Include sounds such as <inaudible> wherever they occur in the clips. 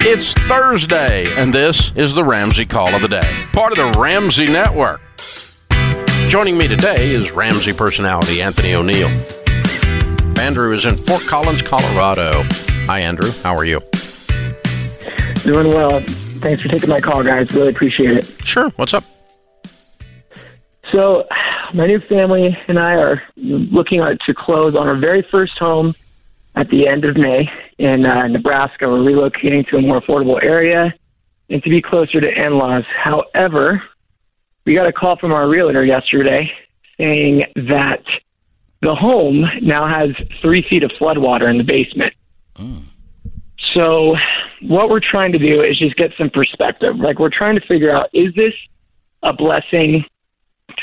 It's Thursday, and this is the Ramsey Call of the Day, part of the Ramsey Network. Joining me today is Ramsey personality Anthony O'Neill. Andrew is in Fort Collins, Colorado. Hi, Andrew. How are you? Doing well. Thanks for taking my call, guys. Really appreciate it. Sure. What's up? So, my new family and I are looking out to close on our very first home at the end of May in uh, Nebraska. We're relocating to a more affordable area and to be closer to in laws. However, we got a call from our realtor yesterday saying that the home now has three feet of floodwater in the basement. So, what we're trying to do is just get some perspective. Like, we're trying to figure out is this a blessing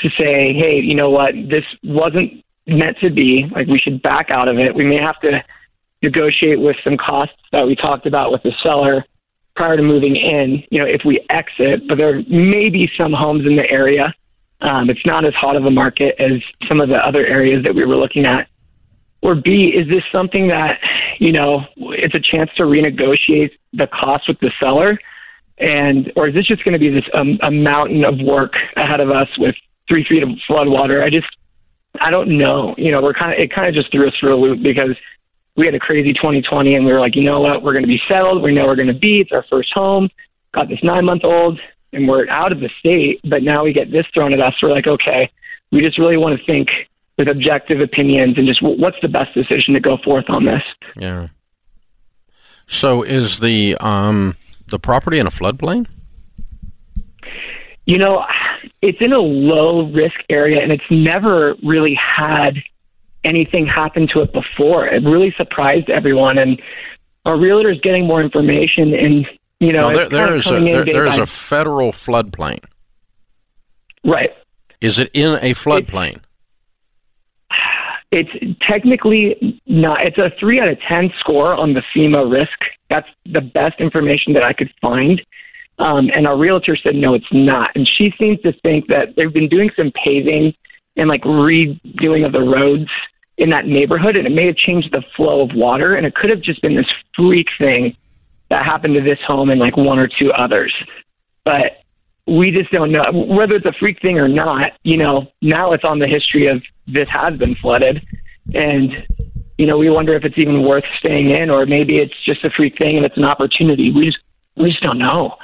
to say, hey, you know what, this wasn't meant to be. Like, we should back out of it. We may have to negotiate with some costs that we talked about with the seller prior to moving in, you know, if we exit. But there may be some homes in the area. Um, it's not as hot of a market as some of the other areas that we were looking at or B, is this something that, you know, it's a chance to renegotiate the cost with the seller? And, or is this just going to be this um, a mountain of work ahead of us with three feet of flood water? I just, I don't know. You know, we're kind of, it kind of just threw us for a loop because we had a crazy 2020 and we were like, you know what? We're going to be settled. We know we're going to be. It's our first home. Got this nine month old and we're out of the state, but now we get this thrown at us. We're like, okay, we just really want to think with objective opinions and just w- what's the best decision to go forth on this. Yeah. So, is the um the property in a floodplain? You know, it's in a low risk area and it's never really had anything happen to it before. It really surprised everyone and our realtor's getting more information and you know, no, there, there is it's kind of a coming in there, day there is by- a federal floodplain. right. Is it in a floodplain? It's technically not. It's a three out of ten score on the FEMA risk. That's the best information that I could find. Um, and our realtor said no, it's not. And she seems to think that they've been doing some paving and like redoing of the roads in that neighborhood, and it may have changed the flow of water, and it could have just been this freak thing that happened to this home and like one or two others. But we just don't know whether it's a freak thing or not. You know, now it's on the history of this has been flooded, and you know we wonder if it's even worth staying in, or maybe it's just a freak thing and it's an opportunity. We just we just don't know.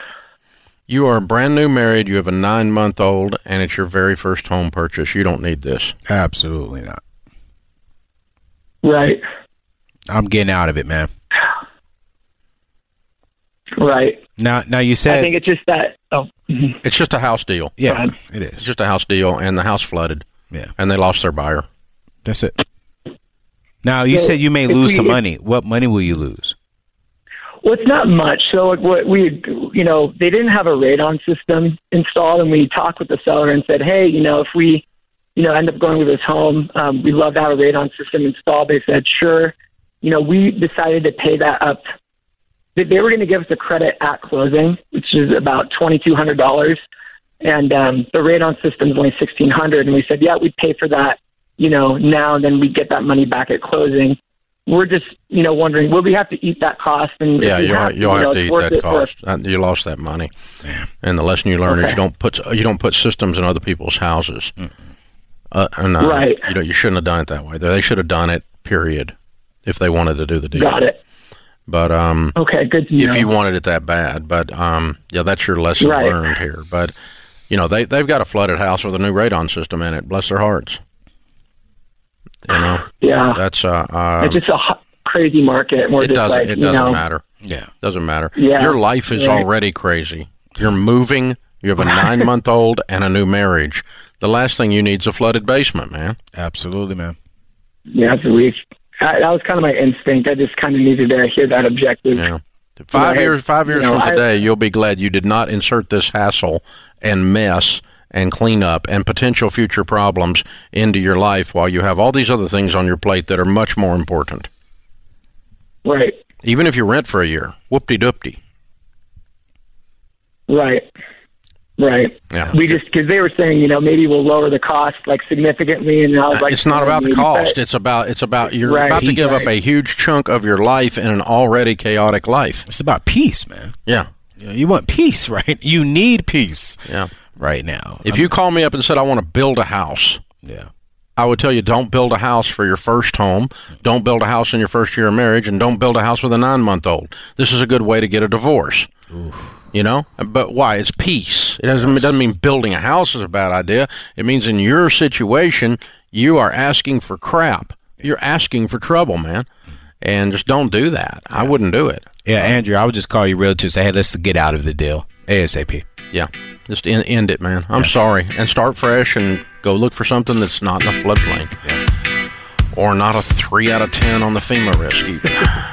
You are brand new married. You have a nine month old, and it's your very first home purchase. You don't need this. Absolutely not. Right, I'm getting out of it, man. right. Now, now you I said, think it's just that. Oh, mhm. It's just a house deal. yeah, Go it It's is. just a house deal, and the house flooded, Yeah, and they lost their buyer. that's it. Now you So, said you may if lose we- some if- money. What money will you lose? well, it's not much. So like, what we you know they didn't have a radon system installed, and we talked with the seller and said, hey, you know if we you know, end up going with this home. Um, we love to have a radon system installed. They said, sure. You know, we decided to pay that up. They, they were going to give us a credit at closing, which is about $2,200. And um, the radon system is only 1600 And we said, yeah, we'd pay for that, you know, now, and then we get that money back at closing. We're just, you know, wondering, will we have to eat that cost? And if Yeah, we you will have, you'll you know, have it's to eat worth that it for us. cost. Uh, You lost that money, and the lesson you learn is Okay. you don't put you don't put systems in other people's houses. Uh, and, uh, Right. You know you shouldn't have done it that way. They should have done it. Period. If they wanted to do the deal, Got it. But um, Okay, good to know. if you wanted it that bad, but um, yeah, that's your lesson Right. learned here. But you know they they've got a flooded house with a new radon system in it. Bless their hearts. You know <sighs> yeah. that's uh, uh it's just a hot, crazy market. and We're it just doesn't like, it you doesn't know, matter. Yeah, Doesn't matter. Yeah. Your life is Right. already crazy. You're moving. You <laughs> have a nine month old and a new marriage. The last thing you need is a flooded basement, man. absolutely, man. Yeah, it's a week. I, that was kind of my instinct. I just kind of needed to hear that objective. Yeah. Five Right. years five years You know, from I- today you'll be glad you did not insert this hassle and mess and cleanup and potential future problems into your life while you have all these other things on your plate that are much more important. Right, Even if you rent for a year. Whoop de doopty. right. Right. Yeah. We just because they were saying, you know, maybe we'll lower the cost like significantly, and I was like, Uh, it's not about the maybe, cost. but- It's about it's about you're Right. about to give Peace. up a huge chunk of your life in an already chaotic life. It's about peace, man. Yeah, You, know, you want peace, <laughs> right? You need peace yeah. right now. If you call me up and said I want to build a house, yeah. I would tell you don't build a house for your first home, don't build a house in your first year of marriage, and don't build a house with a nine month old. This is a good way to get a divorce. You know, but why? It's peace. It doesn't, it doesn't mean building a house is a bad idea. It means in your situation, you are asking for crap. You're asking for trouble, man. And just don't do that. I wouldn't do it. Yeah, Andrew, I would just call your realtor and say, hey, let's get out of the deal ASAP. Yeah. Just end, end it, man. I'm sorry. And start fresh and go look for something that's not in a floodplain. Or not a 3 out of 10 on the FEMA risk, even. <laughs>